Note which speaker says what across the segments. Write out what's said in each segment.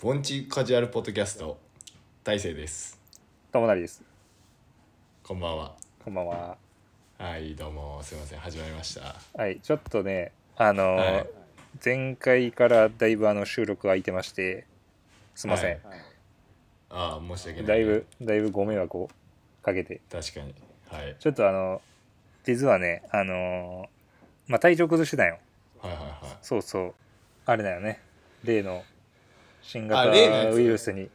Speaker 1: 盆地カジュアルポッドキャスト大成です
Speaker 2: 友成です。
Speaker 1: こんばんは
Speaker 2: こんばんは。
Speaker 1: はいどうもすいません始まりました
Speaker 2: はい、ちょっとね、あのー
Speaker 1: はい
Speaker 2: 前回からだいぶあの収録が空いてまして、すいません。
Speaker 1: はいああ申し訳ない
Speaker 2: だいぶ、だいぶご迷惑をかけて。
Speaker 1: 確かにはい
Speaker 2: ちょっとあの、実はね、あのーまあ、体調崩してたよ。
Speaker 1: はいはいは
Speaker 2: そうそう。あれだよね。例の新
Speaker 1: あ
Speaker 2: 型
Speaker 1: 例のやつ
Speaker 2: ウイルスに。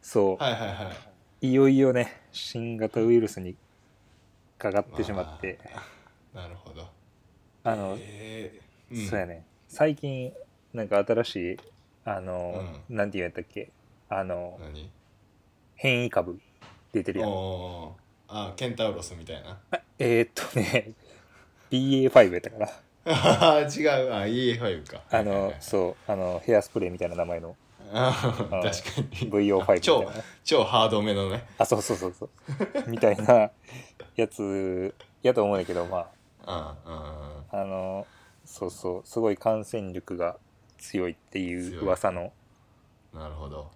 Speaker 2: そう、
Speaker 1: いはいはいはい
Speaker 2: いよいよね、新型ウイルスにかかってしまって、
Speaker 1: なるほど
Speaker 2: あの、
Speaker 1: ええ
Speaker 2: そうやね最近なんか新しいあの、なんて言うんやったっけあの、
Speaker 1: 何
Speaker 2: 変異株出てるやん
Speaker 1: おーあケンタウロスみたいな
Speaker 2: えー、っとね BA5 やったから
Speaker 1: あ ー違うあ EA5 か
Speaker 2: あ
Speaker 1: はいはい
Speaker 2: の
Speaker 1: はい
Speaker 2: そうあのヘアスプレーみたいな名 前の
Speaker 1: あ
Speaker 2: あ
Speaker 1: ー確かに
Speaker 2: VO5 みたい
Speaker 1: 超
Speaker 2: な
Speaker 1: 超ハードめのね
Speaker 2: あそうそうそうそうみたいなやつやと思うんだけどま
Speaker 1: うんうんうん
Speaker 2: ああのそうそうすごい感染力が強いっていう噂の
Speaker 1: なるほど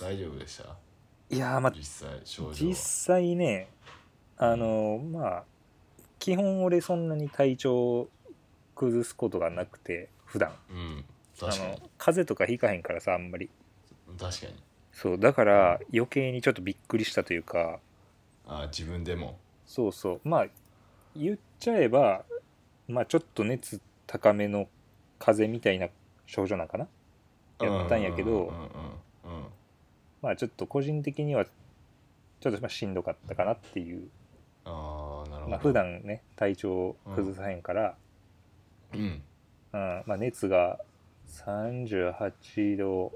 Speaker 1: 大丈夫でした
Speaker 2: いやーまあ
Speaker 1: 実際症状
Speaker 2: 実際ねあのまあ基本俺そんなに体調崩すことがなくて普段
Speaker 1: うん
Speaker 2: あの
Speaker 1: 確かに
Speaker 2: 風邪とかひかへんからさあんまり
Speaker 1: 確かに
Speaker 2: そうだから余計にちょっとびっくりしたというか
Speaker 1: あー自分でも
Speaker 2: そうそうまあ言っちゃえばまあちょっと熱高めの風邪みたいな症状なんかなやったんやけ
Speaker 1: うん
Speaker 2: ど
Speaker 1: うんうんうん
Speaker 2: まあちょっと個人的にはちょっとまあしんどかったかなっていう、
Speaker 1: ああなるほど、
Speaker 2: まあ普段ね体調崩さへんから、
Speaker 1: うん
Speaker 2: うんまあ、熱が38度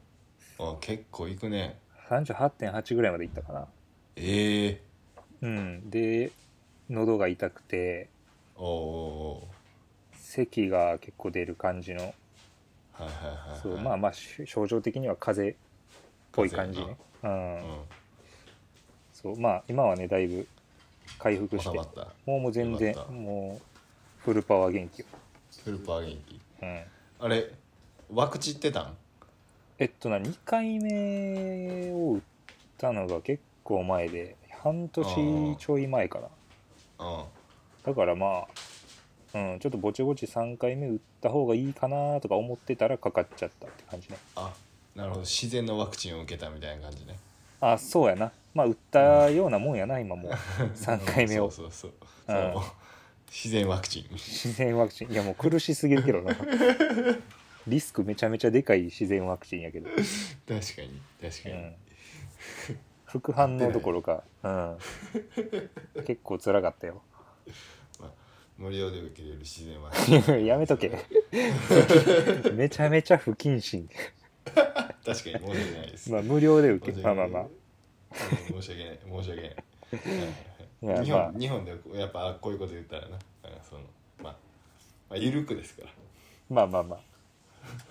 Speaker 1: あ結構いくね
Speaker 2: 38.8ぐらいまでいったかな、
Speaker 1: ええ
Speaker 2: うん、で喉が痛くて
Speaker 1: おーお
Speaker 2: 咳が結構出る感じの
Speaker 1: ーおーはいはいはい、はい、
Speaker 2: そうまあまあし症状的には風邪っぽい感じね、う、
Speaker 1: うんん
Speaker 2: そうまあ今はねだいぶ回復
Speaker 1: 収
Speaker 2: して
Speaker 1: ま
Speaker 2: も
Speaker 1: った
Speaker 2: うもう全然
Speaker 1: よかった
Speaker 2: もうフルパワー元気よ、
Speaker 1: フルパー元気
Speaker 2: うん、
Speaker 1: あれワクチン打ってたん
Speaker 2: えっとな2回目を打ったのが結構前で半年ちょい前かな
Speaker 1: うん
Speaker 2: だからまあ、うん、ちょっとぼちぼち3回目打った方がいいかなとか思ってたらかかっちゃったって感じね
Speaker 1: あなるほど自然のワクチンを受けたみたいな感じね
Speaker 2: あそうやなまあ打ったようなもんやな今もう 3回目
Speaker 1: う
Speaker 2: を
Speaker 1: ん そうそうそう,、
Speaker 2: うん
Speaker 1: そう自然ワクチン
Speaker 2: 自然ワクチンいやもう苦しすぎるけどなリスクめちゃめちゃでかい自然ワクチンやけど、
Speaker 1: 確かに確
Speaker 2: う
Speaker 1: かに、
Speaker 2: ん、副反応どころか、うん、結構辛かったよ
Speaker 1: 無料で受けれる自然ワクチン
Speaker 2: やめとけめちゃめちゃ不謹慎、
Speaker 1: 確かに申し訳ないです、
Speaker 2: まあ、無料で受
Speaker 1: 申
Speaker 2: け
Speaker 1: し
Speaker 2: まあ
Speaker 1: 訳
Speaker 2: ま
Speaker 1: な
Speaker 2: あ
Speaker 1: い
Speaker 2: ま
Speaker 1: 申
Speaker 2: あ
Speaker 1: し訳ない申し訳ない
Speaker 2: いや
Speaker 1: 日
Speaker 2: まあ
Speaker 1: 本日本でやっぱこういうこと言ったらなうんそのまあ、まあ、緩くですから
Speaker 2: まあまあまあ。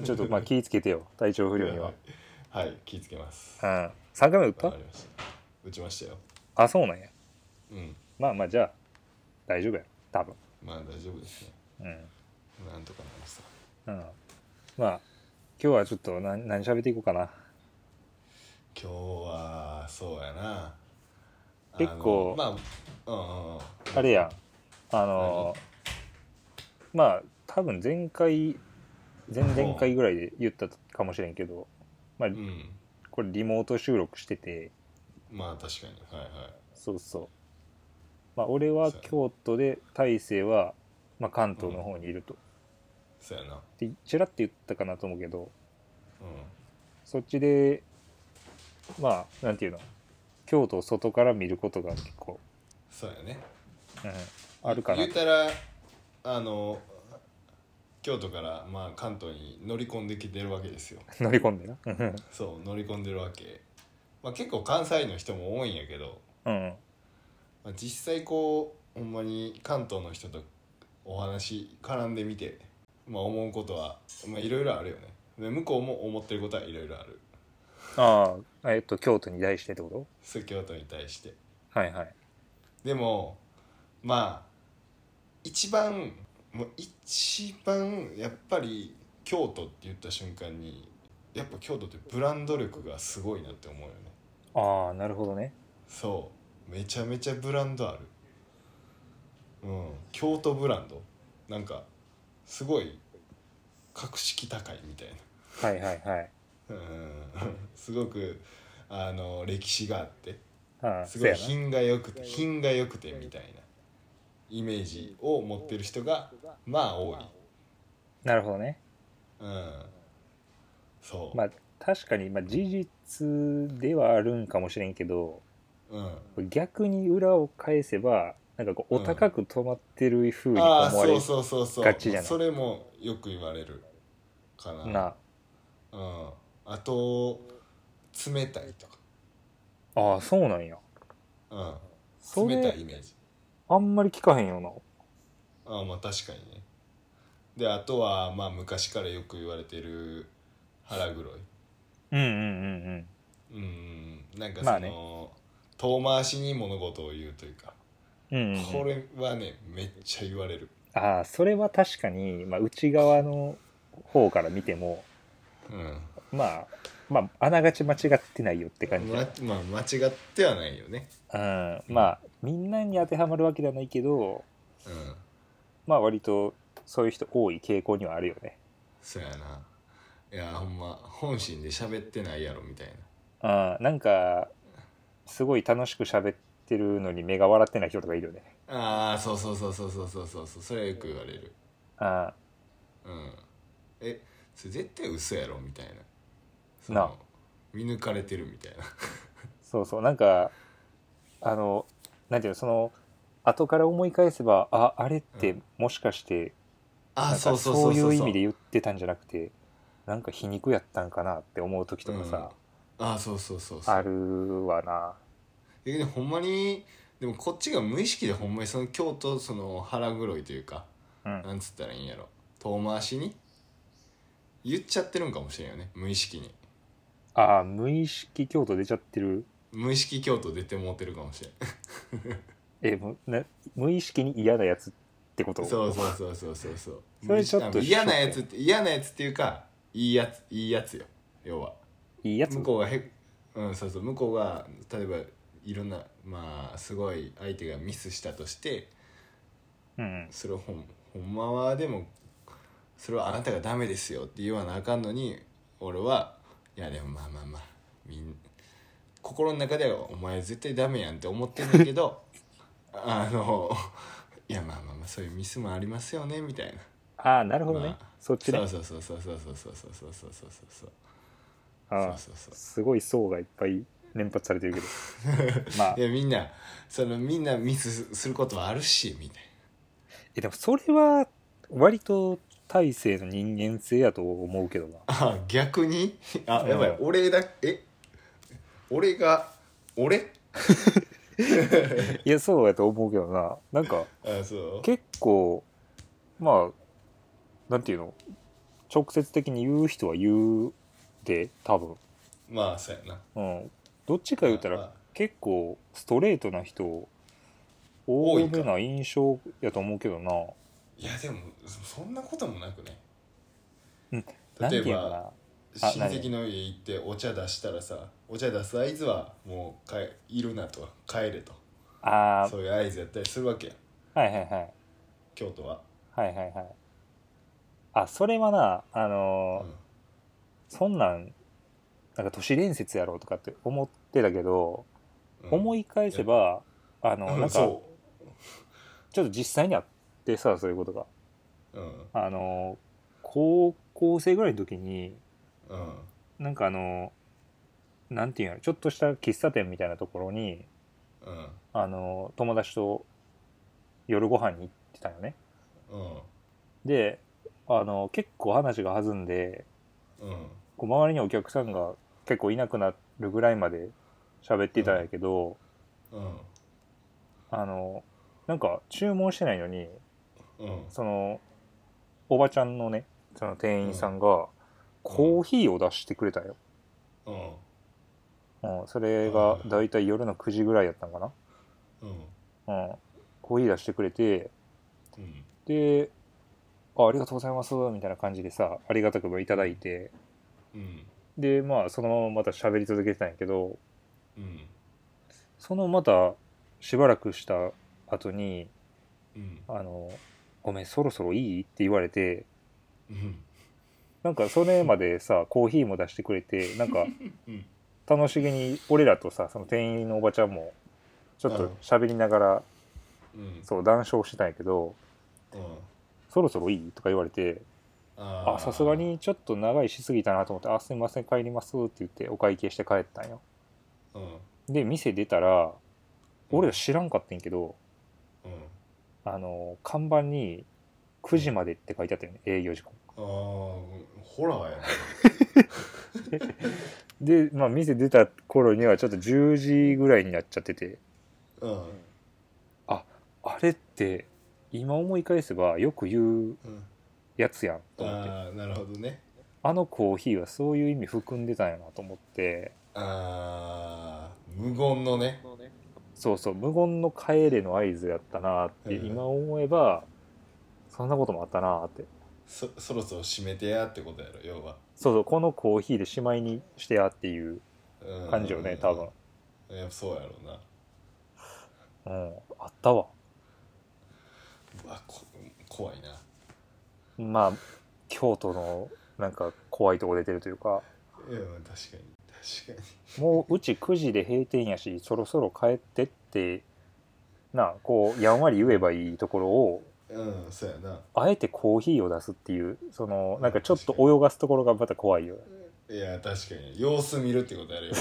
Speaker 2: ちょっとまあ気ぃつ けてよ、体調不良には。
Speaker 1: はい気ぃつけます
Speaker 2: うん。3回目打っ
Speaker 1: わ
Speaker 2: た
Speaker 1: かりました打ちましたよ
Speaker 2: あ、そうなんや。
Speaker 1: うん
Speaker 2: まあまあ、じゃあ、大丈夫や。多分。
Speaker 1: まあ大丈夫ですね
Speaker 2: うん。
Speaker 1: なんとかなりさ
Speaker 2: うん。まあ、今日はちょっと何何喋っていこうかな。
Speaker 1: 今日はそうやな
Speaker 2: 結構
Speaker 1: あのまあうんうんうん
Speaker 2: あれやん。あのーまあ、多分前回、前々回ぐらいで言ったかもしれんけど、まあ
Speaker 1: う、ん
Speaker 2: これリモート収録してて、
Speaker 1: まあ確かにはいはい
Speaker 2: そうそう。まあ、俺は京都で、大勢は、まあ、関東の方にいると。
Speaker 1: そうやな
Speaker 2: でちらって言ったかなと思うけど
Speaker 1: う
Speaker 2: そっちでまあなんていうの京都を外から見ることが結構、
Speaker 1: んそうやね
Speaker 2: うん、あるかな
Speaker 1: 言うたらあの京都からまあ関東に乗り込んできてるわけですよ
Speaker 2: 乗り込んでなうん
Speaker 1: そう乗り込んでるわけ、まあ、結構関西の人も多いんやけど、
Speaker 2: うん
Speaker 1: まあ、実際こうほんまに関東の人とお話絡んでみて、まあ、思うことはまあいろいろあるよねで向こうも思ってることはいろいろある
Speaker 2: ああえっと京都に対してってこ
Speaker 1: そう京都に対して
Speaker 2: とはいはい
Speaker 1: でもまあ一番もう一番やっぱり京都って言った瞬間にやっぱ京都ってブランド力がすごいなって思うよね
Speaker 2: ああなるほどね
Speaker 1: そうめちゃめちゃブランドあるうん京都ブランドなんかすごい格式高いみたい
Speaker 2: はいはいはい
Speaker 1: なうん すごくあの歴史があって
Speaker 2: ああ
Speaker 1: す
Speaker 2: そ
Speaker 1: ご
Speaker 2: う
Speaker 1: い
Speaker 2: やな
Speaker 1: 品が良くて品が良くてみたいなイメージを持ってる人がまあ多い
Speaker 2: なるほどね
Speaker 1: うんそう、
Speaker 2: まあ確かに、まあ、事実ではあるんかもしれんけど
Speaker 1: うん
Speaker 2: 逆に裏を返せばなんかこう
Speaker 1: う
Speaker 2: お
Speaker 1: ん
Speaker 2: 高く止まってる風に思
Speaker 1: ああ
Speaker 2: われ
Speaker 1: そ
Speaker 2: る
Speaker 1: うそうそうそう
Speaker 2: がちじゃない
Speaker 1: それもよく言われるかな
Speaker 2: な
Speaker 1: うん、あと冷たいと
Speaker 2: ああそうなんや
Speaker 1: か、う
Speaker 2: そ
Speaker 1: ん、
Speaker 2: れ
Speaker 1: 冷たいイメージ
Speaker 2: あんまり聞かへんよな
Speaker 1: ああまあ確かにねであとはまあ昔からよく言われてる腹黒い
Speaker 2: うんうんうんうん
Speaker 1: うんなんかその、
Speaker 2: まあね
Speaker 1: 遠回しに物事を言うというか、
Speaker 2: うんうんうん
Speaker 1: これはねめっちゃ言われる、
Speaker 2: ああそれは確かに、まあ、内側の方から見ても
Speaker 1: うん
Speaker 2: まあまああながち間違ってないよって感じ、
Speaker 1: ままあ間違ってはないよね
Speaker 2: うん、まあみんなに当てはまるわけではないけど
Speaker 1: うん
Speaker 2: まあ割とそういう人多い傾向にはあるよね
Speaker 1: そやないやほんま本心で喋ってないやろみたいな
Speaker 2: あーなんかすごい楽しく喋ってるのに目が笑ってない人とかいるよね
Speaker 1: ああそうそうそうそうそうそうそうそうそれはよく言われる
Speaker 2: あ
Speaker 1: うんえそれ絶対嘘やろみたいなそ
Speaker 2: なあ
Speaker 1: の見抜かれてるみ たいな
Speaker 2: ーそうそうなんかあのなんていうのその後から思い返せばああれって
Speaker 1: うん
Speaker 2: もしかして、
Speaker 1: あ
Speaker 2: な
Speaker 1: あ
Speaker 2: んか
Speaker 1: そうそうそう
Speaker 2: そういう意味で
Speaker 1: 言
Speaker 2: 言ってたんじゃなくてなんか皮肉やったんかなって思う時とかさ、
Speaker 1: ああそうそうそうそ
Speaker 2: あ
Speaker 1: う
Speaker 2: るわな
Speaker 1: えでもほんまにでもこっちが無意識でほんまにその京都その腹黒いというか
Speaker 2: うん
Speaker 1: なんつったらいいんやろ遠回しに言っちゃってるんかもしれんよね無意識に
Speaker 2: ああ無意識京都出ちゃってる
Speaker 1: 無意識京都出てもうてるかもしれん
Speaker 2: えむな無意識に嫌なやつってこと
Speaker 1: そうそうそうそうそうそう
Speaker 2: それちょっと
Speaker 1: 嫌なやつって嫌なやつっていうかいいやついいやつよ要はい
Speaker 2: いやつ
Speaker 1: 向こうがへうんそうそう向こうが例えばいろんなまあすごい相手がミスしたとして
Speaker 2: うん
Speaker 1: それをほんほんまはでもそれはあなたがダメですよって言わなあかんのに俺はいやでもまあまあまあみん心の中ではお前絶対ダメやんって思ってんだけどあのいやまあまあまあそういうミスもありますよねみたいな
Speaker 2: ああなるほどね、
Speaker 1: まあ
Speaker 2: そっちね
Speaker 1: そうそうそうそうそうそうそうそうそうそうそう
Speaker 2: ああ
Speaker 1: そうそう
Speaker 2: すごい層がいっぱい連発されてる けどまあ
Speaker 1: いやみんなそのみんなミスすることはあるしみたい
Speaker 2: えでもそれは割と大勢の人間性やと思うけ どな
Speaker 1: なあ逆にあやばい、
Speaker 2: うん
Speaker 1: 俺だえ俺が俺
Speaker 2: いやそうやと思うけどななんか
Speaker 1: あそう
Speaker 2: 結構まあなんていうの直接的に言う人は言うで多分、
Speaker 1: まあそうやな
Speaker 2: うん、どっちか言うた
Speaker 1: まあ
Speaker 2: ら
Speaker 1: まあ
Speaker 2: 結構ストレートな人多
Speaker 1: 多いか
Speaker 2: めな印象やと思うけどない
Speaker 1: やでもそそんなこともなくね
Speaker 2: うんなんて
Speaker 1: 例
Speaker 2: い
Speaker 1: え
Speaker 2: うのか
Speaker 1: ば
Speaker 2: なあ
Speaker 1: 親戚の家行ってお茶出したらさお茶出す合図はもうかえいるなと帰れと
Speaker 2: あー
Speaker 1: そういう合図やったりするわけやん
Speaker 2: はいはいはい
Speaker 1: 京都は、
Speaker 2: はいはいはいあそれはなあのー
Speaker 1: うん
Speaker 2: そんなんなんか都市伝説やろうとかって思ってたけど、
Speaker 1: うん
Speaker 2: 思い返せばあの
Speaker 1: うん
Speaker 2: なんかちょ
Speaker 1: そ
Speaker 2: っと実際にあってさそういうことが
Speaker 1: ううん
Speaker 2: あの高校生ぐらいの時に
Speaker 1: うん
Speaker 2: なんかあのなんていうんやろちょっとした喫茶店みたいなところに
Speaker 1: うん
Speaker 2: あの友達と夜ご飯に行ってたよね
Speaker 1: うん
Speaker 2: であの結構話が弾んで
Speaker 1: うん
Speaker 2: こう周りにお客さんが結構いなくなるぐらいまで喋ってたんやけど、
Speaker 1: うん
Speaker 2: あのなんか注文してないのに
Speaker 1: うん
Speaker 2: そのおばちゃんのねその店員さんがコーヒーを出してくれたんよ、
Speaker 1: うん
Speaker 2: うん、それがだいたい夜の9時ぐらいやったんかな、
Speaker 1: うん
Speaker 2: うん、コーヒー出してくれて
Speaker 1: うん
Speaker 2: であ「ありがとうございます」みたいな感じでさありがたくもいただいて
Speaker 1: うん
Speaker 2: でまあそのまままた喋り続けてたんやけど
Speaker 1: うん
Speaker 2: そのまたしばらくした後に
Speaker 1: うん
Speaker 2: 「あのごめんそろそろいい?」って言われて
Speaker 1: うん
Speaker 2: なんかそれまでさコーヒーも出してくれてなんか
Speaker 1: うん
Speaker 2: 楽しげに俺らとさその店員のおばちゃんもちょっと喋りながら
Speaker 1: うん
Speaker 2: そう談笑してたんやけど
Speaker 1: うん
Speaker 2: 「そろそろいい?」とか言われて「
Speaker 1: あ
Speaker 2: あさすがにちょっと長いしすぎたな」と思って「あすいません帰ります」って言ってお会計して帰ったんよ。
Speaker 1: うん
Speaker 2: で店出たら俺ら知らんかったんやけど
Speaker 1: うん
Speaker 2: あの看板に9時までって書いてあったよね営業時間
Speaker 1: ああホラーや
Speaker 2: で、まあ、店出た頃にはちょっと10時ぐらいになっちゃってて
Speaker 1: うん
Speaker 2: あれって今思い返せばよく言う
Speaker 1: うん
Speaker 2: やつやんと思って
Speaker 1: ああなるほどね
Speaker 2: あのコーヒーはそういう意味含んでたんやなと思って
Speaker 1: ああ無言のね
Speaker 2: そうそう無言の帰れの合図やったなって
Speaker 1: うん
Speaker 2: 今思えばそんなこともあったなって
Speaker 1: そそろそろ閉めてやってことやろ要は、
Speaker 2: そうそうこのコーヒーでしまいにしてやっていう
Speaker 1: うん、
Speaker 2: 感じよね多分
Speaker 1: いやそうやろうな
Speaker 2: うんあったわ
Speaker 1: うわこ怖いな
Speaker 2: まあ京都のなんか怖いとこ出てるというか
Speaker 1: いやまあ確かに確か
Speaker 2: もううち9時で閉店やしそろそろ帰ってってなあこうやんわり言えばいいところを
Speaker 1: にうんそうやな
Speaker 2: あえてコーヒーを出すっていうそのなんかちょっと泳がすところがまた怖いよ
Speaker 1: いや確かに様子見るってことやるよ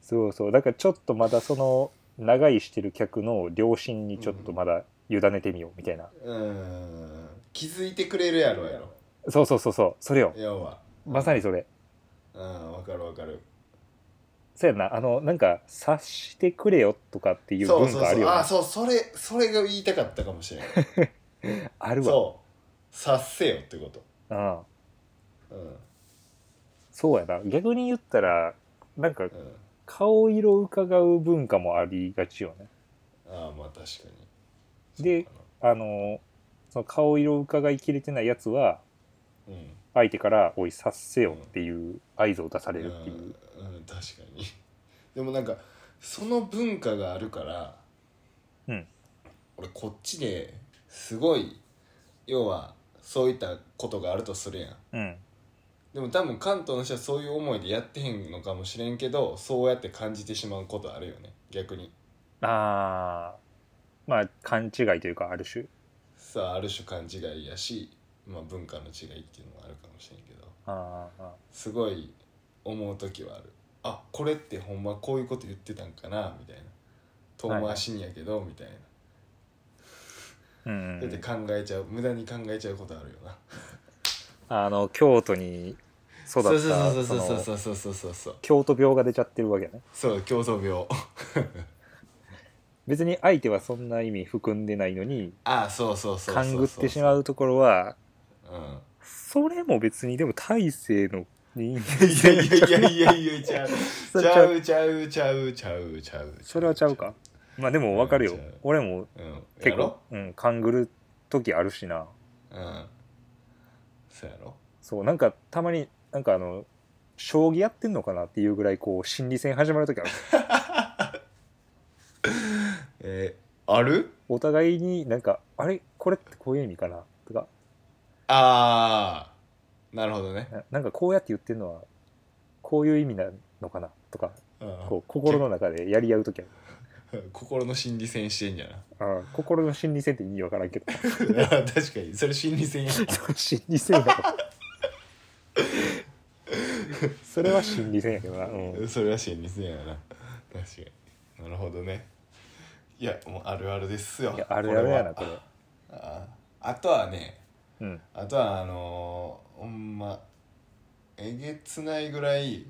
Speaker 2: そうそうだからちょっとまだその長居してる客の良心にちょっとまだ委ねてみようみたいな、
Speaker 1: うん気づいてくれるやろやろ
Speaker 2: そうそうそうそうそれよ
Speaker 1: 要は
Speaker 2: まさにそれ
Speaker 1: うんわかるわかる
Speaker 2: そうやんなあのなんか察してくれよとかっていう
Speaker 1: そう
Speaker 2: 文
Speaker 1: そう
Speaker 2: 化ある
Speaker 1: そう
Speaker 2: よ
Speaker 1: あ
Speaker 2: な
Speaker 1: そうそれそれが言いたかったかもしれない
Speaker 2: あるわ
Speaker 1: そう察せよってこと
Speaker 2: うん
Speaker 1: うん
Speaker 2: そうやな逆に言ったらなんか
Speaker 1: うん
Speaker 2: 顔色をうかがう文化もありがちよね
Speaker 1: ああまあ確かに
Speaker 2: で
Speaker 1: そうか
Speaker 2: あのその顔色をうかがいきれてないやつは
Speaker 1: なうん
Speaker 2: 相手から「おい察せよ」っていう合図を出されるっていう、
Speaker 1: うん、うん確かに でもなんかその文化があるから、
Speaker 2: うん
Speaker 1: 俺こっちですごい要はそういったことがあるとするやん
Speaker 2: うん、
Speaker 1: でも多分関東の人はそういう思いでやってへんのかもしれんけどそうやって感じてしまうことあるよね逆に
Speaker 2: あーまあ勘違いというかある種
Speaker 1: さあある種勘違いやし、まあ、文化の違いっていうのもあるかもしれんけど
Speaker 2: あーあ
Speaker 1: すごい思う時はあるあこれってほんまこういうこと言ってたんかなみたいな遠回しにやけど、みたいな
Speaker 2: ーうんう
Speaker 1: だって
Speaker 2: ん、
Speaker 1: 考えちゃう無駄に考えちゃうことあるよな
Speaker 2: あの京都に育った
Speaker 1: そう
Speaker 2: そ
Speaker 1: そうそう
Speaker 2: の
Speaker 1: そうそうそうそうそう
Speaker 2: 京都病が出ちゃってるわけやね
Speaker 1: そう競争病
Speaker 2: 別に相手はそんな意味含んでないのに
Speaker 1: ああそうそうそうそう
Speaker 2: 勘ぐってしま
Speaker 1: う、
Speaker 2: うところは
Speaker 1: うん、
Speaker 2: それも別にでも大勢の人間
Speaker 1: いやいやいやいやいやちゃう
Speaker 2: それ
Speaker 1: ち
Speaker 2: ち
Speaker 1: ゃ
Speaker 2: ゃう
Speaker 1: うちゃうちゃうちゃうちゃう
Speaker 2: それはちゃうかまあでも分かるよ
Speaker 1: ちゃう
Speaker 2: 俺も
Speaker 1: うん
Speaker 2: 結
Speaker 1: やろ
Speaker 2: 構、うん、勘ぐる時あるしな
Speaker 1: うんそうやろ
Speaker 2: そうなんかたまになんかあの将棋やってんのかなっていうぐらいこう心理戦始まる時ある
Speaker 1: えー、ある
Speaker 2: お互いになんかあれこれってこういう意味かなとか
Speaker 1: ああなるほどね、
Speaker 2: ななんかこうやって言ってんのはこういう意味なのかなとか
Speaker 1: うん
Speaker 2: こう心の中でやり合う時ある
Speaker 1: 心の心理戦してんじゃな
Speaker 2: あー心の心理戦って意味分からんけど
Speaker 1: 確かにそれ心理戦や
Speaker 2: 心理戦や ろそれは心理戦やけどな、うん、
Speaker 1: それは心理戦やな確かになるほどねいやもうあるあるですよ
Speaker 2: いやあるあるやな
Speaker 1: こ
Speaker 2: こ
Speaker 1: れ
Speaker 2: れ
Speaker 1: はああとはね
Speaker 2: うん
Speaker 1: あとはあのーほんまえげつないぐらい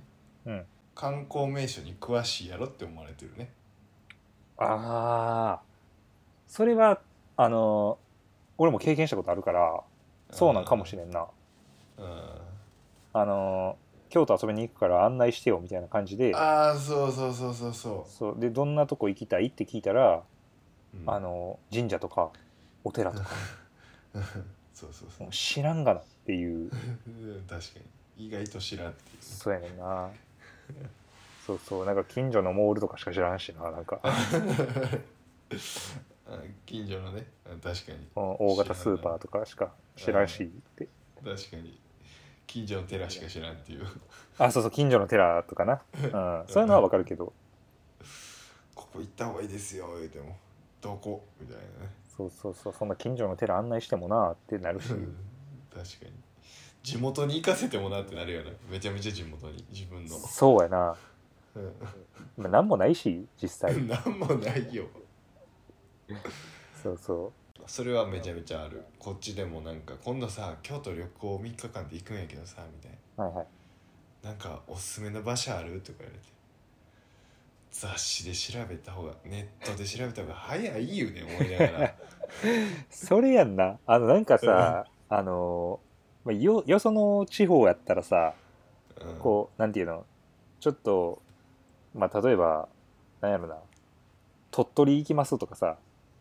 Speaker 2: うん
Speaker 1: 観光名所に詳しいやろって思われてるね
Speaker 2: ああそれはあの俺も経験したことあるからそうなんかもしれんな
Speaker 1: うん
Speaker 2: あの京都遊びに行くから案内してよみたいな感じで
Speaker 1: ああそうそうそうそうそ
Speaker 2: そうでどんなとこ行きたいって聞いたら、
Speaker 1: う、うん
Speaker 2: あの神社とかお寺とか
Speaker 1: そうそうそう
Speaker 2: もう知らんがなってっていう
Speaker 1: うん確かに意外と知らんっていう
Speaker 2: そうやねんなそうそうなんか近所のモールとかしか知らんしななん か
Speaker 1: あ近所のねあ確かに
Speaker 2: うん大型スーパーとかしか知らんしって
Speaker 1: 確かに近所の寺しか知らんっていう
Speaker 2: あそうそう近所の寺とかな、うん、そういうのはわかるけど
Speaker 1: ここ行った方がいいですよ言うてもどこみたいなね
Speaker 2: そうそうそうそんな近所の寺案内してもなってなるし
Speaker 1: うん確かに地元に行かせてもなってなるよなめちゃめちゃ地元に自分の
Speaker 2: そうやな
Speaker 1: う
Speaker 2: まあ何もないし実際
Speaker 1: んなんもないよ
Speaker 2: そうそ
Speaker 1: それはめちゃめちゃあるこっちでもなんか今度さ京都旅行3日間で行くんやけどさみたいう
Speaker 2: はいはい
Speaker 1: ななんかおすすめの場所あるとか言われて雑誌で調べた方がネットで調べた方が早いよね思いながら
Speaker 2: それやんなあのなんかさあのまあよよその地方やったらさ
Speaker 1: うん
Speaker 2: こうなんていうのちょっとまあ例えばなんやろな鳥取行きますとかさ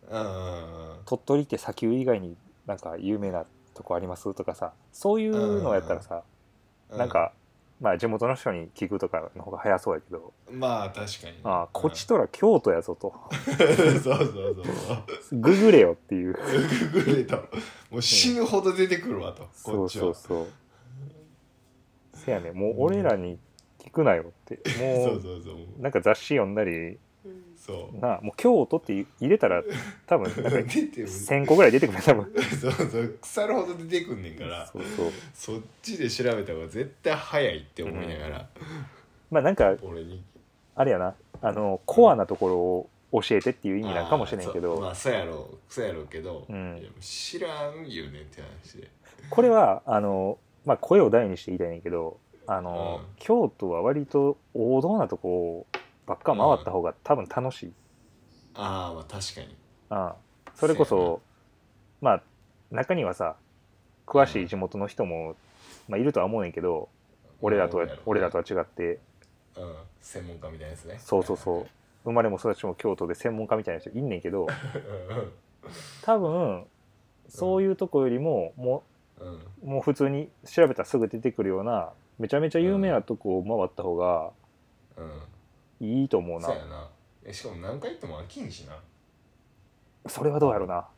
Speaker 1: うんうんうん
Speaker 2: 鳥取って砂丘以外になんか有名なとこありますとかさそういうのやったらさ
Speaker 1: うん
Speaker 2: なんかまあ地元の人に聞くとかの方が早そうやけど
Speaker 1: まあ確かにね
Speaker 2: ああこちとら京都やぞと
Speaker 1: うん そうそうそうそう
Speaker 2: ググれよっていう
Speaker 1: ググれともう死ぬほど出てくるわと、
Speaker 2: そ
Speaker 1: こっ
Speaker 2: う
Speaker 1: ち
Speaker 2: そ
Speaker 1: は
Speaker 2: うそうせやねもう俺らに聞くなよって
Speaker 1: そ
Speaker 2: も
Speaker 1: う
Speaker 2: う
Speaker 1: そうそう
Speaker 2: なんか雑誌読んだり
Speaker 1: そう
Speaker 2: なあもう京都って入れたら多分な んか
Speaker 1: 出てる
Speaker 2: 1,000個ぐらい出てくる多分
Speaker 1: そうそう腐るほど出てくんねんから
Speaker 2: そうそう
Speaker 1: そっちで調べた方が絶対早いって思いながら、
Speaker 2: まあなんか
Speaker 1: 俺に
Speaker 2: あれやなあのコアなところを教えてっていう意味なんかもしれんけ
Speaker 1: あーそう
Speaker 2: ど
Speaker 1: まあそうやろうそうやろうけど、
Speaker 2: うん
Speaker 1: いや知らんよねって話で
Speaker 2: これはあの、まあ、声を大にして言いたいねんけどあの、
Speaker 1: うん
Speaker 2: 京都は割と王道なとこばっか回った方が多分楽しい、
Speaker 1: ああまあ確かに
Speaker 2: うん、それこ
Speaker 1: せやな
Speaker 2: そまあ中にはさ詳しい地元の人も、まあ、いるとは思うねんけど俺らとは
Speaker 1: 思うやろ
Speaker 2: 俺らとは違って
Speaker 1: うん専門家みたいなやつね
Speaker 2: そうそうそう生まれも育ちも京都で専門家みたいな人いんねん けど多分そういうとこよりももう
Speaker 1: うんうん、うん、
Speaker 2: もう普通に調べたらすぐ出てくるようなめちゃめちゃ有名なとこを回った方が
Speaker 1: うん
Speaker 2: いいと思うな、
Speaker 1: そうやなえしかも何回行っても飽きんしな
Speaker 2: それはどうやろうな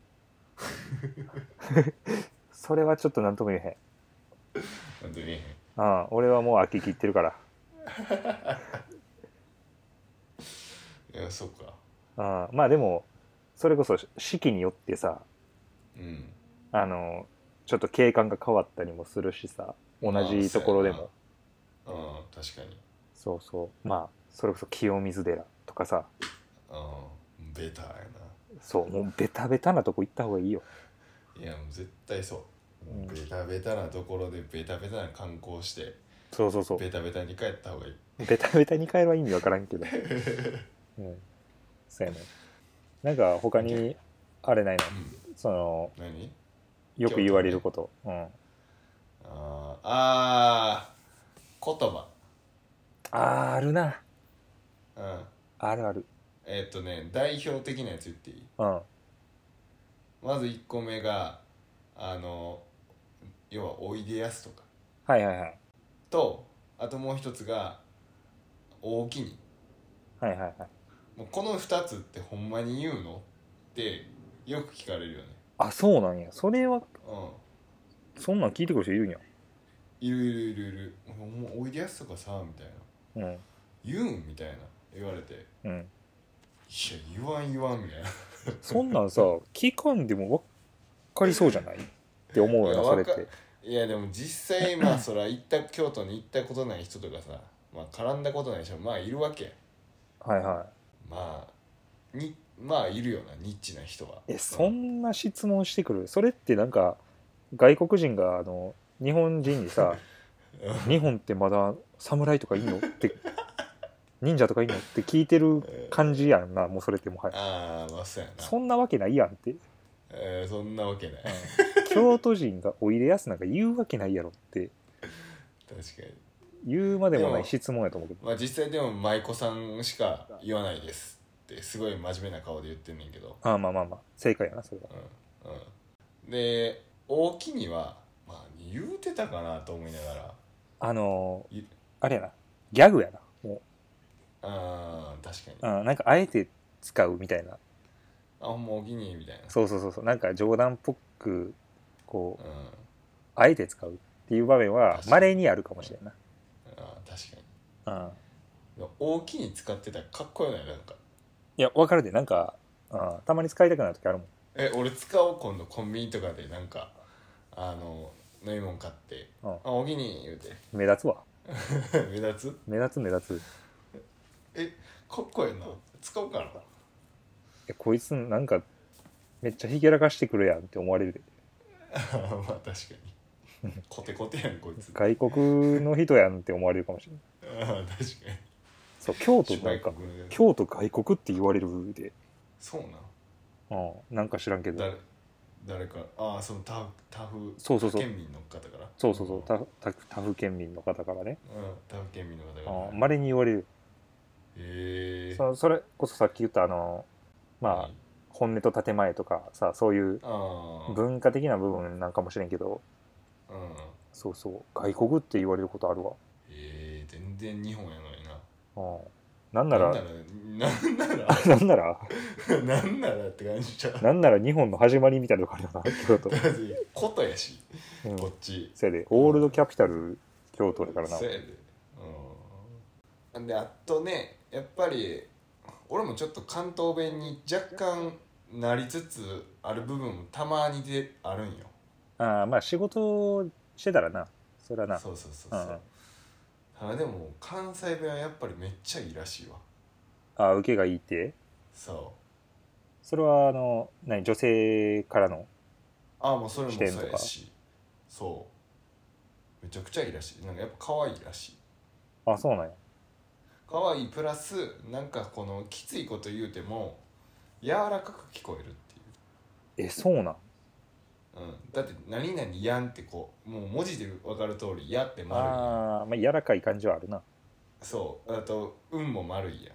Speaker 2: それはちょっと何とも言え
Speaker 1: 本当に
Speaker 2: へん、うん、俺はもう飽き切ってるから、
Speaker 1: いやそっか
Speaker 2: うん、まあでもそれこそ四季によってさ
Speaker 1: うん
Speaker 2: あのちょっと景観が変わったりもするしさ同じところでも、
Speaker 1: うん確かに
Speaker 2: そうそうまあそれこそ清水寺とかさ
Speaker 1: うんベターや
Speaker 2: そうもうベタベタなとこ行った方がいいよ
Speaker 1: ないやもう絶対そう、
Speaker 2: うん
Speaker 1: ベタベタなところでベタベタな観光して
Speaker 2: そうそうそう
Speaker 1: ベタベタに帰った方がいい
Speaker 2: ベタベタに変えは意味わからんけ どうんそうやねなんか他にあれないの
Speaker 1: うん
Speaker 2: その
Speaker 1: 何
Speaker 2: よく言われること、うん
Speaker 1: あーあー言葉
Speaker 2: あーあるな
Speaker 1: うん
Speaker 2: あるある
Speaker 1: えっとね代表的なやつ言っていい
Speaker 2: うん
Speaker 1: まず1個目があの要は「おいでやす」とか
Speaker 2: はいはいはい
Speaker 1: とあともう一つが「大きに」
Speaker 2: はいはいはい
Speaker 1: もうこの2つってほんまに言うのってよく聞かれるよね
Speaker 2: あそうなんやそれ
Speaker 1: う
Speaker 2: は
Speaker 1: ん
Speaker 2: そんなん聞いてくる人いるんや
Speaker 1: いるいるいるいるもうおいでやすとかさみたいな
Speaker 2: うん
Speaker 1: 言うんみたいな言われていや
Speaker 2: うん
Speaker 1: 言わん言わんみたいな
Speaker 2: そんなんさ聞かんでもわっかりそうじゃないって思うよ
Speaker 1: いや
Speaker 2: なそれっ
Speaker 1: わか
Speaker 2: て
Speaker 1: いやでも実際まあそら行った京都に行ったことない人とかさまあ絡んだことない人もまあいるわけや
Speaker 2: はいは
Speaker 1: まあにまあいるよなニッチな人は
Speaker 2: えそんな質問してくるそれってなんか外国人があの日本人にさ
Speaker 1: うん
Speaker 2: 日本ってまだ侍とかいいのって忍者とかいいのって聞いてる感じやんなもうそれってもはや
Speaker 1: ああまあそうやな
Speaker 2: そんなわけないやんって、うん
Speaker 1: えーそんなわけない確
Speaker 2: 京都人がおいでやすなんか言うわけないやろって
Speaker 1: かに
Speaker 2: 言うまでも
Speaker 1: で
Speaker 2: な
Speaker 1: も
Speaker 2: い質問やと思うけど
Speaker 1: まあ実際でも舞妓さんしか言わないですってすごい真面目な顔で言ってんねんけど
Speaker 2: ああまあまあまあ正解やなそれは
Speaker 1: うんうんで大きにはまあ言うてたかなと思いながら
Speaker 2: あの
Speaker 1: い
Speaker 2: あれやなギャグやなも
Speaker 1: あー確
Speaker 2: う、
Speaker 1: かに
Speaker 2: うん、なんかあえて使うみたいな
Speaker 1: あほんまお気に入りみたいな
Speaker 2: そうそうそうそうなんか冗談っぽくこう
Speaker 1: うん
Speaker 2: あえて使うっていう場面は
Speaker 1: 確かに
Speaker 2: 稀にあるかもしれんな
Speaker 1: あー確かに
Speaker 2: うん
Speaker 1: でも大きに使ってたらかっこよないなんか
Speaker 2: いやわかるでなんか、うん、たまに使いたくなる時あるもん
Speaker 1: え俺使おう今度コンビニとかでなんかあの飲み物買って「
Speaker 2: うん
Speaker 1: あおぎに」言うて
Speaker 2: 目立つわ
Speaker 1: 目立つ
Speaker 2: 目立つ目立つい
Speaker 1: えかっこええな使おうか な
Speaker 2: やこいつなんかめっちゃひげらかしてくるやんって思われるで
Speaker 1: まあ確か にコテコテやんこいつあ
Speaker 2: 外国の人やんって思われるかもしれない
Speaker 1: ー 確かに
Speaker 2: そう京都なん
Speaker 1: 外
Speaker 2: か
Speaker 1: 国のやつ
Speaker 2: 京都外国って言われるで、
Speaker 1: そうなん
Speaker 2: うん、なんか知らんけど
Speaker 1: 誰誰かああそのタフタフ
Speaker 2: そうそうそう
Speaker 1: 県民の方から
Speaker 2: そうそうそうタタタフ県民の方からね
Speaker 1: うんタフ県民の方から
Speaker 2: まれに言われる
Speaker 1: へえ
Speaker 2: そのそれこそさっき言ったあのまあ本音と建前とかさそういう
Speaker 1: ああー
Speaker 2: 文化的な部分なんかもしれんけど
Speaker 1: うん
Speaker 2: そうそう外国って言われることあるわ
Speaker 1: えー、全然日本やのにな
Speaker 2: うんなんなら
Speaker 1: なんならなんなら
Speaker 2: なんなら
Speaker 1: なんならって感じちゃう。
Speaker 2: なんなら日本の始まりみたいなとこあるよな京 都、
Speaker 1: だってことやし、
Speaker 2: うん、
Speaker 1: こっち。
Speaker 2: そやでオールドキャピタル京都だからな
Speaker 1: そうやで。うん。で、あとね、やっぱり、俺もちょっと関東弁に若干なりつつある部分もたまにであるんよ。
Speaker 2: ああまあ仕事してたらなそれはな
Speaker 1: そうそうそうそう。あでも関西弁はやっぱりめっちゃいいらしいわ
Speaker 2: ああ受けがいいって
Speaker 1: そう
Speaker 2: それはあの何女性からの
Speaker 1: ああもうそれもそう
Speaker 2: 視点と
Speaker 1: や
Speaker 2: か
Speaker 1: しそうめちゃくちゃいいらしいなんかやっぱ可愛いらしい
Speaker 2: あそうなんや
Speaker 1: 可愛いプラスなんかこのきついこと言うても柔らかく聞こえるって
Speaker 2: えそうなん
Speaker 1: いう、うん、だって「何々やん」ってこうもう文字で分かる通り「や」って丸いやん
Speaker 2: ああまあ柔らかい感じはあるな
Speaker 1: そうあと「うん」も丸いやん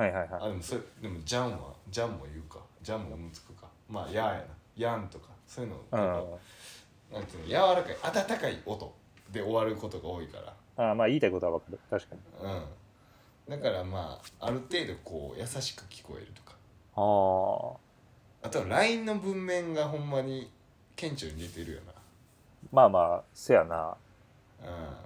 Speaker 2: はいはいはい
Speaker 1: あでもそれでも「じゃん」は「じゃん」も言うか「じゃん」も「うん」つくかまあ「や」やな「やん」とかそういうの
Speaker 2: う
Speaker 1: なんか
Speaker 2: ん
Speaker 1: なんていうの柔らかい温かい音で終わることが多いから
Speaker 2: ああまあ言いたいことはわかる確かに
Speaker 1: うんだからまあある程度こう優しく聞こえるとか
Speaker 2: ああ
Speaker 1: あとは LINE の文面がほんまに顕著に出てるよ
Speaker 2: まあまあせやな
Speaker 1: なうん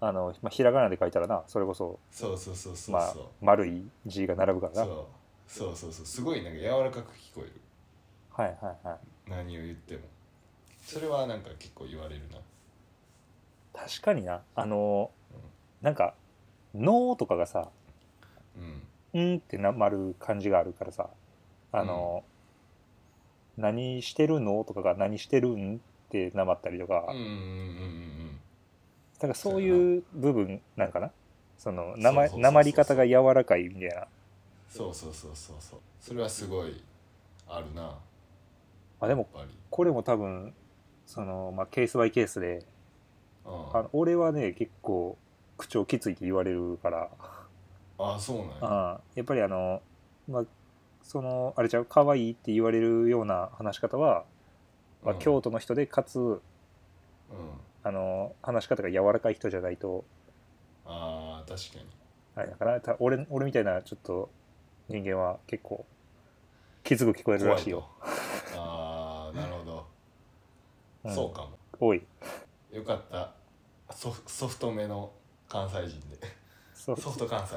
Speaker 2: あの、まあ、ひらがなで書いたらなそれこそ
Speaker 1: そうそうそうそうそう、
Speaker 2: まあ丸い字が並ぶからな
Speaker 1: そうそうそうそうすごいなんか柔らかく聞こえる
Speaker 2: はいはいはい
Speaker 1: 何を言ってもそれはなんか結構言われるな
Speaker 2: 確かになあの
Speaker 1: うん
Speaker 2: なんか「の」とかがさ
Speaker 1: うん
Speaker 2: 「ん」ってなまる感じがあるからさあの、何してるの?」とかが「何してるん?」ってなまったりとか、
Speaker 1: うんうんうん
Speaker 2: だからそういう部分なんかなそのな
Speaker 1: そうそうそうそう
Speaker 2: まなまり方が柔らかいみたいな
Speaker 1: そうそうそうそうそうそれはすごいあるな
Speaker 2: あでも
Speaker 1: やっぱり
Speaker 2: これも多分その、まあ、ケースバイケースで
Speaker 1: うん
Speaker 2: あの俺はね結構口調きついって言われるから
Speaker 1: あそうなんや
Speaker 2: ああやっぱりあの、まあ、そのあれちゃう可愛いって言われるような話し方は、まあ、
Speaker 1: うん
Speaker 2: 京都の人でかつ、
Speaker 1: うん
Speaker 2: あの話し方が柔らかい人じゃないと
Speaker 1: あー確かに
Speaker 2: あれだからた俺俺みたいなちょっと人間は結構きつく聞こえるらしいよ。
Speaker 1: 怖とああなるほど、
Speaker 2: うん
Speaker 1: そうかも
Speaker 2: おい
Speaker 1: よかったソフソフトめの関西人で
Speaker 2: ソ
Speaker 1: ソフト関西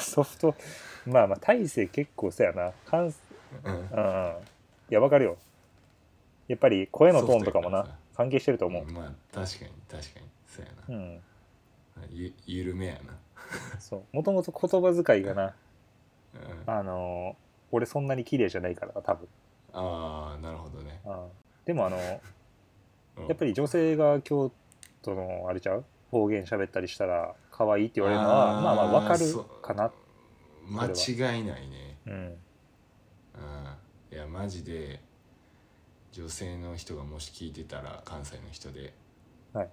Speaker 2: ソフトまあまあ大勢結構そうやな関う
Speaker 1: う
Speaker 2: ん
Speaker 1: ん
Speaker 2: うんいやわかるよやっぱり声のトーンとか
Speaker 1: ソフトや
Speaker 2: も
Speaker 1: から
Speaker 2: な
Speaker 1: さ
Speaker 2: 関係してると思う、
Speaker 1: まあ確かに確かにそうや
Speaker 2: う
Speaker 1: な、
Speaker 2: ん、
Speaker 1: ゆゆるめやな
Speaker 2: そうもともと言葉遣いがな
Speaker 1: うんあ
Speaker 2: あの俺そんなに綺麗じゃないから多分、
Speaker 1: あーなるほどね、
Speaker 2: うん、でもあのや
Speaker 1: うん
Speaker 2: っぱり女性が京都のあれちゃう方言喋ったりしたら可愛いって言われるのは
Speaker 1: あー
Speaker 2: まあまあわかる
Speaker 1: そう
Speaker 2: かな
Speaker 1: 間違いないね
Speaker 2: うん
Speaker 1: うんいやマジで女性の人がもし聞いてたら関西の人で、
Speaker 2: はい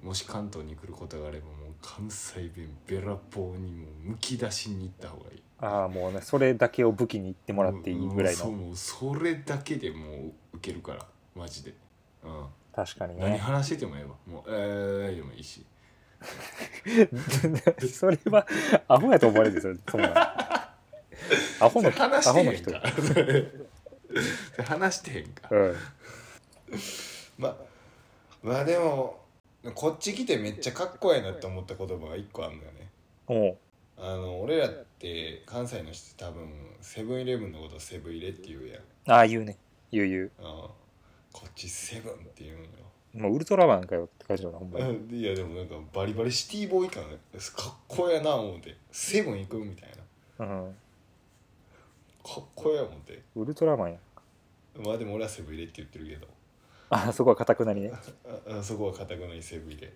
Speaker 1: もし関東に来ることがあればもう関西弁べらぼうにもうむき出しに行った方がいい
Speaker 2: ああもうねそれだけを武器に言ってもらっていいぐらい
Speaker 1: もう
Speaker 2: の
Speaker 1: もうそうもうそれだけでもうウケるからマジでうん
Speaker 2: 確かに
Speaker 1: 何
Speaker 2: ね
Speaker 1: 話しててもええわもう「えー」でもいいし
Speaker 2: それはアホやと思われるそれそ んなアホの
Speaker 1: 話し
Speaker 2: アホ
Speaker 1: て
Speaker 2: の
Speaker 1: へん
Speaker 2: 人
Speaker 1: か それ話してへんか
Speaker 2: うん
Speaker 1: ままあでもこっち来てめっちゃかっこええなって思った言葉が一個あるんだよね
Speaker 2: おう
Speaker 1: あの俺らって関西の人多分セブンイレブンのことセブイレって言うやん
Speaker 2: ああ言うね言う言
Speaker 1: あこっちセブンって言うんよ
Speaker 2: うもうウルトラマンかよって感じだなほんま に
Speaker 1: いやでもなんかバリバリシティボーイ感かっこええな思うてセブン行くみたいな
Speaker 2: うん
Speaker 1: かっこええ思うて
Speaker 2: ウルトラマンや
Speaker 1: まあでも俺はセブン入れって言ってるけど
Speaker 2: あそこはかたくなにね
Speaker 1: ああそこはかたくなにセブン入れ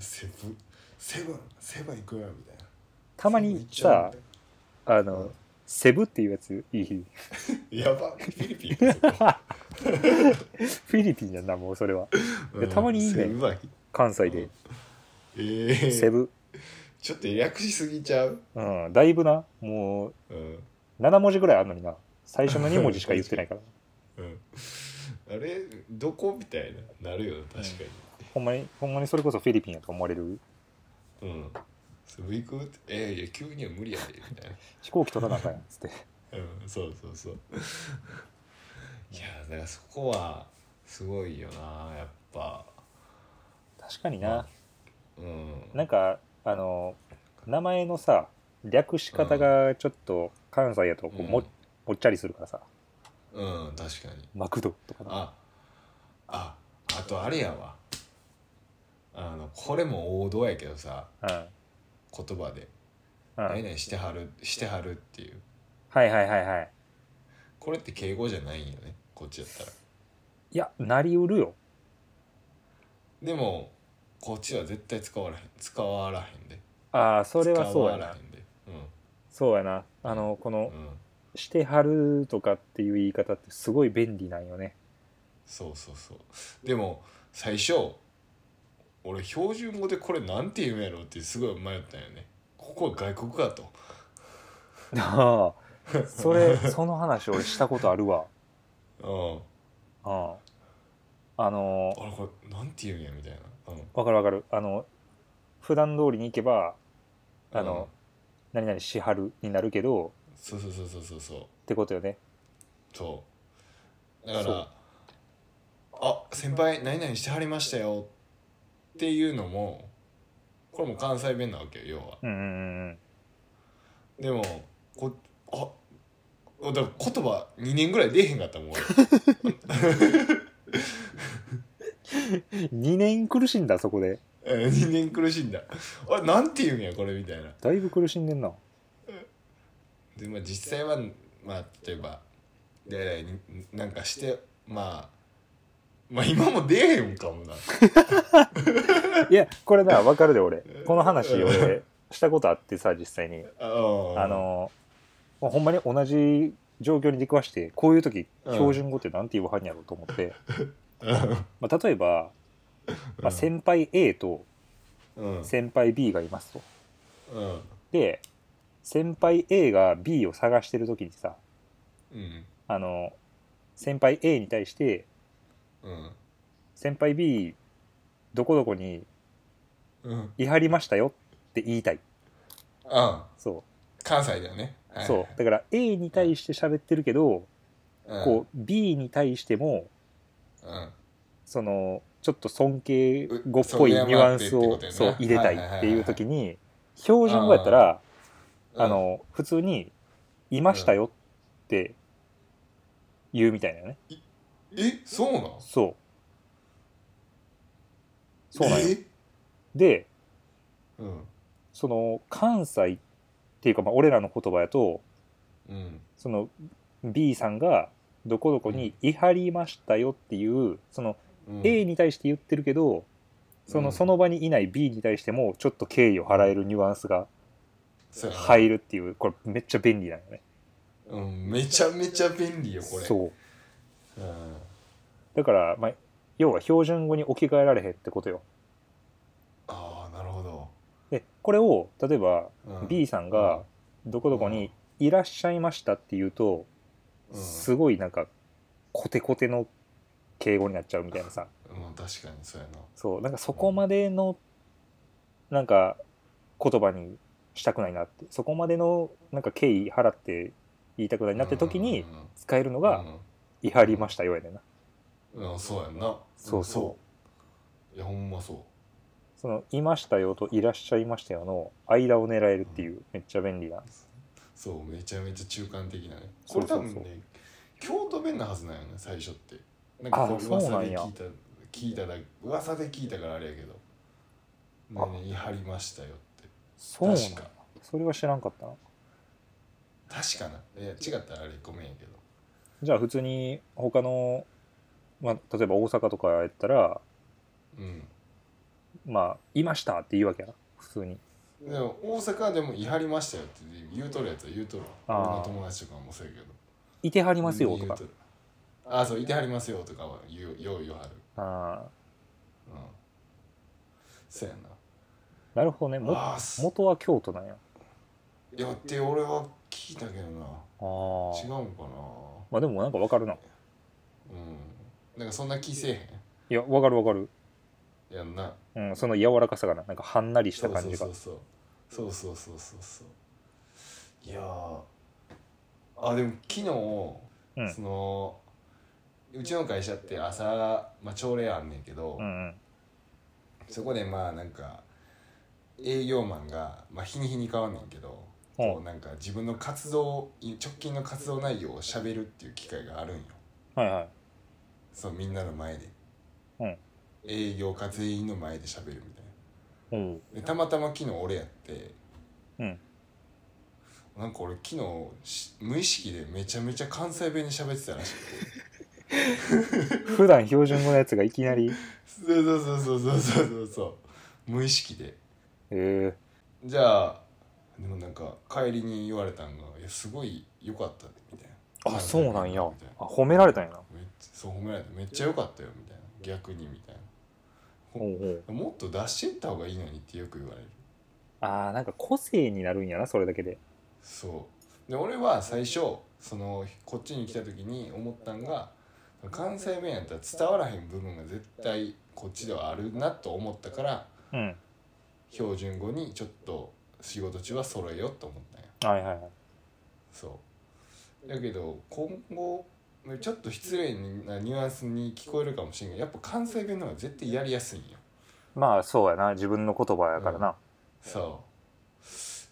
Speaker 1: セブンセブンセブン行くよみたいな
Speaker 2: たまにさあのセブっていうやついい
Speaker 1: やばフィリピンかそこ
Speaker 2: フィリピンやんなもうそれは
Speaker 1: う
Speaker 2: いやたまにいいね
Speaker 1: セブンは
Speaker 2: 関西で
Speaker 1: ええ
Speaker 2: セブ
Speaker 1: ちょっと略しすぎちゃう、
Speaker 2: うんだいぶなも
Speaker 1: う
Speaker 2: う
Speaker 1: ん
Speaker 2: 7文字ぐらいあんのにな最初の2文字しか言ってな いから
Speaker 1: うん、あれどこみたいななるよな確か
Speaker 2: ほんまにほんまにそれこそフィリピンやと思われる
Speaker 1: にうんセブン行くって「えいや急には無理やで」みたいな
Speaker 2: 飛行機取らなあかんやんつって
Speaker 1: うんそうそうそういやだからそこはすごいよなやっぱ
Speaker 2: 確かにな
Speaker 1: うん
Speaker 2: なんかあの名前のさ略し方がちょっと関西やとこうも,、
Speaker 1: うん
Speaker 2: もっちゃりするからさ
Speaker 1: うん確かに
Speaker 2: マクドとかな
Speaker 1: あああとあれやわあのこれも王道やけどさ言葉で「
Speaker 2: うんうん
Speaker 1: 何々してはるしてはる」っていう
Speaker 2: はいはいはいはい
Speaker 1: これって敬語じゃないんよねこっちやったら
Speaker 2: いやなりうるよ
Speaker 1: でもこっちは絶対使わらへん使わらへんで
Speaker 2: ああそれはそうや
Speaker 1: 使わら
Speaker 2: な
Speaker 1: へんで
Speaker 2: そうやなあのこの
Speaker 1: うんうん
Speaker 2: 「してはる」とかっていう言い方ってすごい便利なんよね
Speaker 1: そうそうそうでも最初俺標準語でこれなんて言うんやろうってすごい迷ったんよねここは外国かと
Speaker 2: ああそれその話俺したことあるわ
Speaker 1: うん
Speaker 2: あああの
Speaker 1: あれこれなんて言うんやみたいなうん
Speaker 2: わかるわかるあの普段通りに行けばあの、何々しはるになるけど
Speaker 1: そうそうそうそうそうそう
Speaker 2: ってことよね
Speaker 1: そうだか
Speaker 2: そ
Speaker 1: ら「あ先輩何々してはりましたよ」っていうのもこれも関西弁なわけよ要は
Speaker 2: うんうんうん
Speaker 1: でもこあだから言葉2年ぐらい出えへんかったもん俺
Speaker 2: 2年苦しんだそこで
Speaker 1: え2年苦しんだあれなんて言うんやこれみたいな
Speaker 2: だいぶ苦しんでんな
Speaker 1: で、まあ、実際はまあ例えばでになんかしてまあまあ今も出えへんかもない
Speaker 2: やこれなわかるで俺この話俺したことあってさ実際に
Speaker 1: あ
Speaker 2: あのまあほんまに同じ状況に出くわしてこういう時
Speaker 1: うん
Speaker 2: 標準語ってなんて言わはんやろうと思って、
Speaker 1: うん
Speaker 2: まあ、例えば、まあ、先輩 A と
Speaker 1: うん
Speaker 2: 先輩 B がいますと
Speaker 1: うん
Speaker 2: で先輩 A が B を探してる時にさ
Speaker 1: うん
Speaker 2: あの先輩 A に対して
Speaker 1: うん
Speaker 2: 先輩 B どこどこに
Speaker 1: うん
Speaker 2: いはりましたよって言いたい
Speaker 1: あ
Speaker 2: そ
Speaker 1: 関西だよね、
Speaker 2: う,、
Speaker 1: はい
Speaker 2: そうだから A に対して喋ってるけど、
Speaker 1: うん、
Speaker 2: こう B に対しても
Speaker 1: うん、
Speaker 2: そのちょっと尊敬
Speaker 1: う
Speaker 2: 語っぽいニ
Speaker 1: そう
Speaker 2: ュアンス
Speaker 1: 敬
Speaker 2: を
Speaker 1: ってってことやな
Speaker 2: そう入れたい
Speaker 1: はいはいはい
Speaker 2: っ
Speaker 1: は
Speaker 2: て
Speaker 1: い
Speaker 2: いう時に標準語やったらあの普通に「いましたよ」って言うみたいなね
Speaker 1: うんえそうなん
Speaker 2: そうそうなんよ
Speaker 1: え
Speaker 2: で
Speaker 1: うん
Speaker 2: その関西っていうかまあ俺らの言葉やと
Speaker 1: うん
Speaker 2: その B さんがどこどこに「いはりましたよ」っていうその
Speaker 1: うん
Speaker 2: A に対して言ってるけどその
Speaker 1: うん
Speaker 2: その場にいない B に対してもちょっと敬意を払えるニュアンスが
Speaker 1: そうやな
Speaker 2: 入るっていうこれめっちゃ便利なのね
Speaker 1: うん、めちゃめちゃ便利よこれ
Speaker 2: そう
Speaker 1: うん、
Speaker 2: だから、まあ、要は標準語に置き換えられへんってことよ
Speaker 1: ああなるほど、
Speaker 2: でこれを例えば
Speaker 1: うん、
Speaker 2: B さんがどこどこに「いらっしゃいました」って言うと
Speaker 1: うん
Speaker 2: すごいなんかコテコテの敬語になっちゃうみたいなさ
Speaker 1: まあ確かにそうやな
Speaker 2: そうなんかそこまでのなんか言葉にしたくないなってそこまでのなんか敬意払って言いたくないなって時に
Speaker 1: うんうんうん
Speaker 2: 使えるのが「いはりましたよ」やねんな
Speaker 1: うんうんそうやんな
Speaker 2: そう
Speaker 1: そういやほんまそう
Speaker 2: その「いましたよ」と「いらっしゃいましたよ」の間を狙えるっていうめっちゃ便利な
Speaker 1: そうめちゃめちゃ中間的なねこ
Speaker 2: そう
Speaker 1: れ
Speaker 2: そ
Speaker 1: 多
Speaker 2: うそう
Speaker 1: 分ね京都弁なはずなんよね最初ってなんかこ
Speaker 2: あ
Speaker 1: う
Speaker 2: そう
Speaker 1: 噂
Speaker 2: なん
Speaker 1: で
Speaker 2: や
Speaker 1: 聞いた聞いただ噂で聞いたからあれやけど「
Speaker 2: あ
Speaker 1: 何張りましたよ」って
Speaker 2: そうなん
Speaker 1: 確か
Speaker 2: それは知らんかったな
Speaker 1: 確かないや違ったらあれごめんやけど
Speaker 2: じゃあ普通に他の、まあ、例えば大阪とかやったら
Speaker 1: うん
Speaker 2: まあ「いました」って言うわけやな普通に
Speaker 1: でも大阪でも「いはりましたよ」って言うとるやつは言うとる
Speaker 2: あー
Speaker 1: 俺の友達とかもそうやけど
Speaker 2: 「いてはり
Speaker 1: い
Speaker 2: ますよ」とか
Speaker 1: ああそう「いてはりますよ」とかは言うよう言わはる
Speaker 2: あ
Speaker 1: うんそうやな
Speaker 2: ーなるほどねも
Speaker 1: あーす
Speaker 2: 元は京都なんや
Speaker 1: いやって俺は聞いたけどな違
Speaker 2: あ
Speaker 1: う
Speaker 2: ー
Speaker 1: んかな
Speaker 2: まあでもなんかわかるな
Speaker 1: うんなんかそんな気せえへ
Speaker 2: いやわかるわかる、
Speaker 1: んやんな
Speaker 2: うん、その柔らかさがななんかはんなりした感じが
Speaker 1: そうそうそうそうそうそうそうそういやーあでも昨日、
Speaker 2: うん
Speaker 1: そのうちの会社って朝、まあ、朝礼あんねんけど、
Speaker 2: うんうん
Speaker 1: そこでまあなんか営業マンが、まあ、日に日に変わんねんけど、
Speaker 2: うん
Speaker 1: こうなんか自分の活動直近の活動内容を喋るっていう機会があるんよ
Speaker 2: はいはい
Speaker 1: そうみんなの前で、
Speaker 2: うん
Speaker 1: 営業家全員の前で喋るみたい
Speaker 2: うん
Speaker 1: なでたまたま昨日俺やって
Speaker 2: うん
Speaker 1: なんか俺昨日し無意識でめちゃめちゃ関西弁に喋ってたらしい
Speaker 2: 普段標準語のやつがいきな り
Speaker 1: そうそうそうそうそうそうそう無意識で
Speaker 2: え
Speaker 1: じゃあでもなんか帰りに言われたんが「いやすごい良かったね」みたい
Speaker 2: ー、
Speaker 1: な
Speaker 2: あそうなんや
Speaker 1: みたい
Speaker 2: あ褒められたんやな
Speaker 1: めっちゃそう褒められためっちゃ良かったよみたいな逆にみたい
Speaker 2: おうおう
Speaker 1: なもっと出していった方がいいのにってよく言われる
Speaker 2: あーなんか個性になるんやなそれだけで
Speaker 1: そうで俺は最初そのこっちに来た時に思ったんが関西弁やったら伝わらへん部分が絶対こっちではあるなと思ったから
Speaker 2: うん
Speaker 1: 標準語にちょっと仕事中は揃えようと思ったんや
Speaker 2: はいはいはい
Speaker 1: そうだけど今後ちょっと失礼なニュアンスに聞こえるかもしれんけどやっぱ関西弁の方が絶対やりやすいんよ
Speaker 2: まあそうやな自分の言葉やからな、
Speaker 1: そ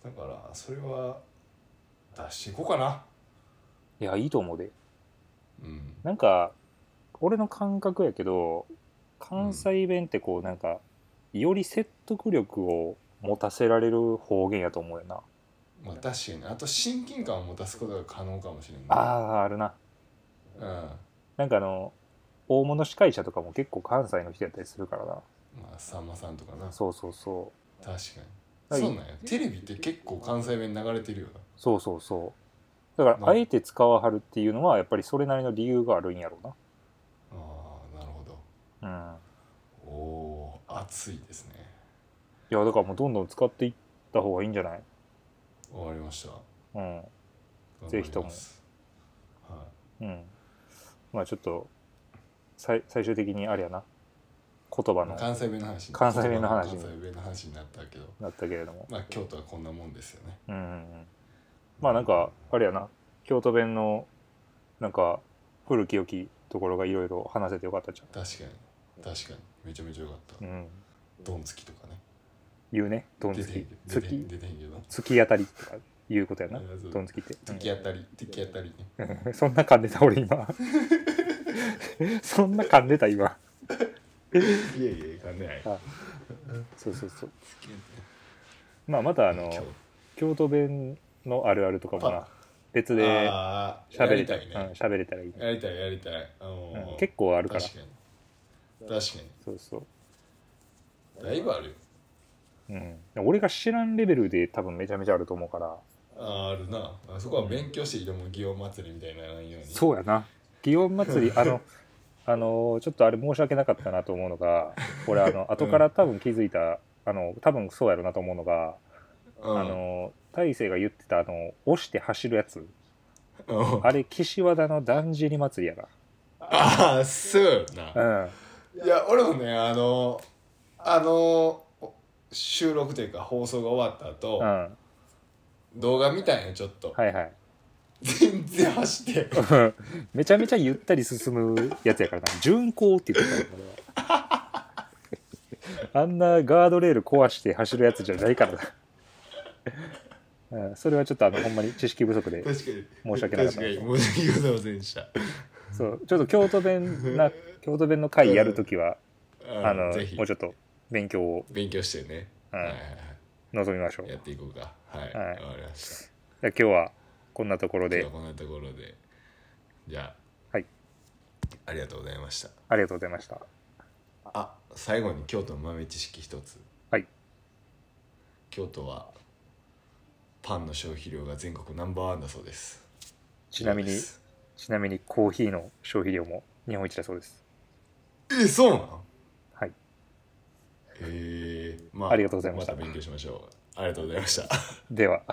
Speaker 1: うだからそれは出していこうかない
Speaker 2: やいいと思うで
Speaker 1: うん
Speaker 2: なんか俺の感覚やけど関西弁ってこうなんかより説得力を持たせられる方言やと思うよな
Speaker 1: まあ確かにあと親近感を持たすことが可能かもしれない
Speaker 2: あああるな
Speaker 1: うんま
Speaker 2: なんかあの大物司会者とかも結構関西の人やったりするからな
Speaker 1: あさんまさんとかな確
Speaker 2: そうそうそう
Speaker 1: か
Speaker 2: はい
Speaker 1: にそうなんやテレビって結構関西弁流れてるよ
Speaker 2: そうそうそうだから
Speaker 1: まあ
Speaker 2: あえて使わはるっていうのはやっぱりそれなりの理由があるんやろう
Speaker 1: なああなるほど
Speaker 2: な
Speaker 1: おおー熱いですね
Speaker 2: うんいやだからもうどんどん使っていった方がいいんじゃない
Speaker 1: 終わりました頑
Speaker 2: う
Speaker 1: 張
Speaker 2: ん
Speaker 1: ります
Speaker 2: ぜひとも
Speaker 1: は
Speaker 2: うんまあちょっと最最終的にあれやな言葉
Speaker 1: いまあ
Speaker 2: の
Speaker 1: 関西弁の話
Speaker 2: 関西弁の話
Speaker 1: 関西弁の話になったけど
Speaker 2: だったけれども
Speaker 1: まあ京都はこんなもんですよね
Speaker 2: うんうんうんまあなんかあれやな京都弁のなんか古き良きところがいろいろ話せてよかったじ
Speaker 1: 確かに確かにめちゃめちゃよかった
Speaker 2: ゃん、うん、
Speaker 1: ドンつきとかね
Speaker 2: 言うねどん
Speaker 1: 出
Speaker 2: つ
Speaker 1: てへ
Speaker 2: き
Speaker 1: ん出てへん
Speaker 2: 月
Speaker 1: 出てへんけど
Speaker 2: 月当たりとかいうことやな
Speaker 1: あそう
Speaker 2: どんつきって、うん
Speaker 1: 突き当たり突き当たりね
Speaker 2: そんな噛んでた俺今 そんな噛んでた今
Speaker 1: いやいやいかんない
Speaker 2: そうそうそうまあまたあの京都弁のあるあるとかもな
Speaker 1: あ
Speaker 2: 別で喋
Speaker 1: 喋
Speaker 2: れ
Speaker 1: り
Speaker 2: た
Speaker 1: た
Speaker 2: ら
Speaker 1: い
Speaker 2: うん
Speaker 1: ね
Speaker 2: 喋れたらいい、
Speaker 1: やりたいやりたいあ
Speaker 2: うん
Speaker 1: のー
Speaker 2: 結構あるから
Speaker 1: 確かに確か
Speaker 2: そうそう、
Speaker 1: にだいぶあるよ
Speaker 2: うん、俺が知らんレベルで多分めちゃめちゃあると思うから
Speaker 1: あーあるなあそこは勉強しているもん祇園祭りみたいなのように
Speaker 2: そうやな祇園 祭りあのあのちょっとあれ申し訳なかったなと思うのが俺 あの後から多分気づいた、あの多分そうやろなと思うのが、
Speaker 1: うん
Speaker 2: あの大勢が言ってたあの押して走るやつ
Speaker 1: うん
Speaker 2: あれ岸和田のだんじり祭りやな
Speaker 1: ああそうやな
Speaker 2: うん
Speaker 1: いや俺もねあのあの収録というか放送が終わった後、
Speaker 2: うん
Speaker 1: 動画見たんよちょっと、
Speaker 2: はいはい
Speaker 1: 全然走 ってん
Speaker 2: めちゃめちゃゆったり進むやつやからな巡航って言ってたよ俺は あんなガードレール壊して走るやつじゃない からな、うん、それはちょっとあのほんまに知識不足で
Speaker 1: 確かに
Speaker 2: 申し訳なかった
Speaker 1: 確かに申し訳ございませんでした
Speaker 2: そうちょっと京都弁な京都弁の会やるときは、あの
Speaker 1: ぜひ
Speaker 2: もうちょっと勉強を
Speaker 1: 勉強してね、
Speaker 2: うん
Speaker 1: はいはいはい
Speaker 2: 望みましょう
Speaker 1: やっていこうかはい、
Speaker 2: は
Speaker 1: わ
Speaker 2: い
Speaker 1: かりました
Speaker 2: じゃあ今日はこんなところ
Speaker 1: 今日
Speaker 2: で
Speaker 1: はこんなところでじゃあ
Speaker 2: はい
Speaker 1: ありがとうございました
Speaker 2: ありがとうございました
Speaker 1: あ最後に京都の豆知識一つ
Speaker 2: はい
Speaker 1: 京都はパンの消費量が全国ナンバーワンだそうです
Speaker 2: ちなみに
Speaker 1: そうです
Speaker 2: ちなみにコーヒーの消費量も日本一だそうです
Speaker 1: えそうなん
Speaker 2: はい
Speaker 1: えー、ま
Speaker 2: ありがとうございました
Speaker 1: また勉強しましょうありがとうございました
Speaker 2: では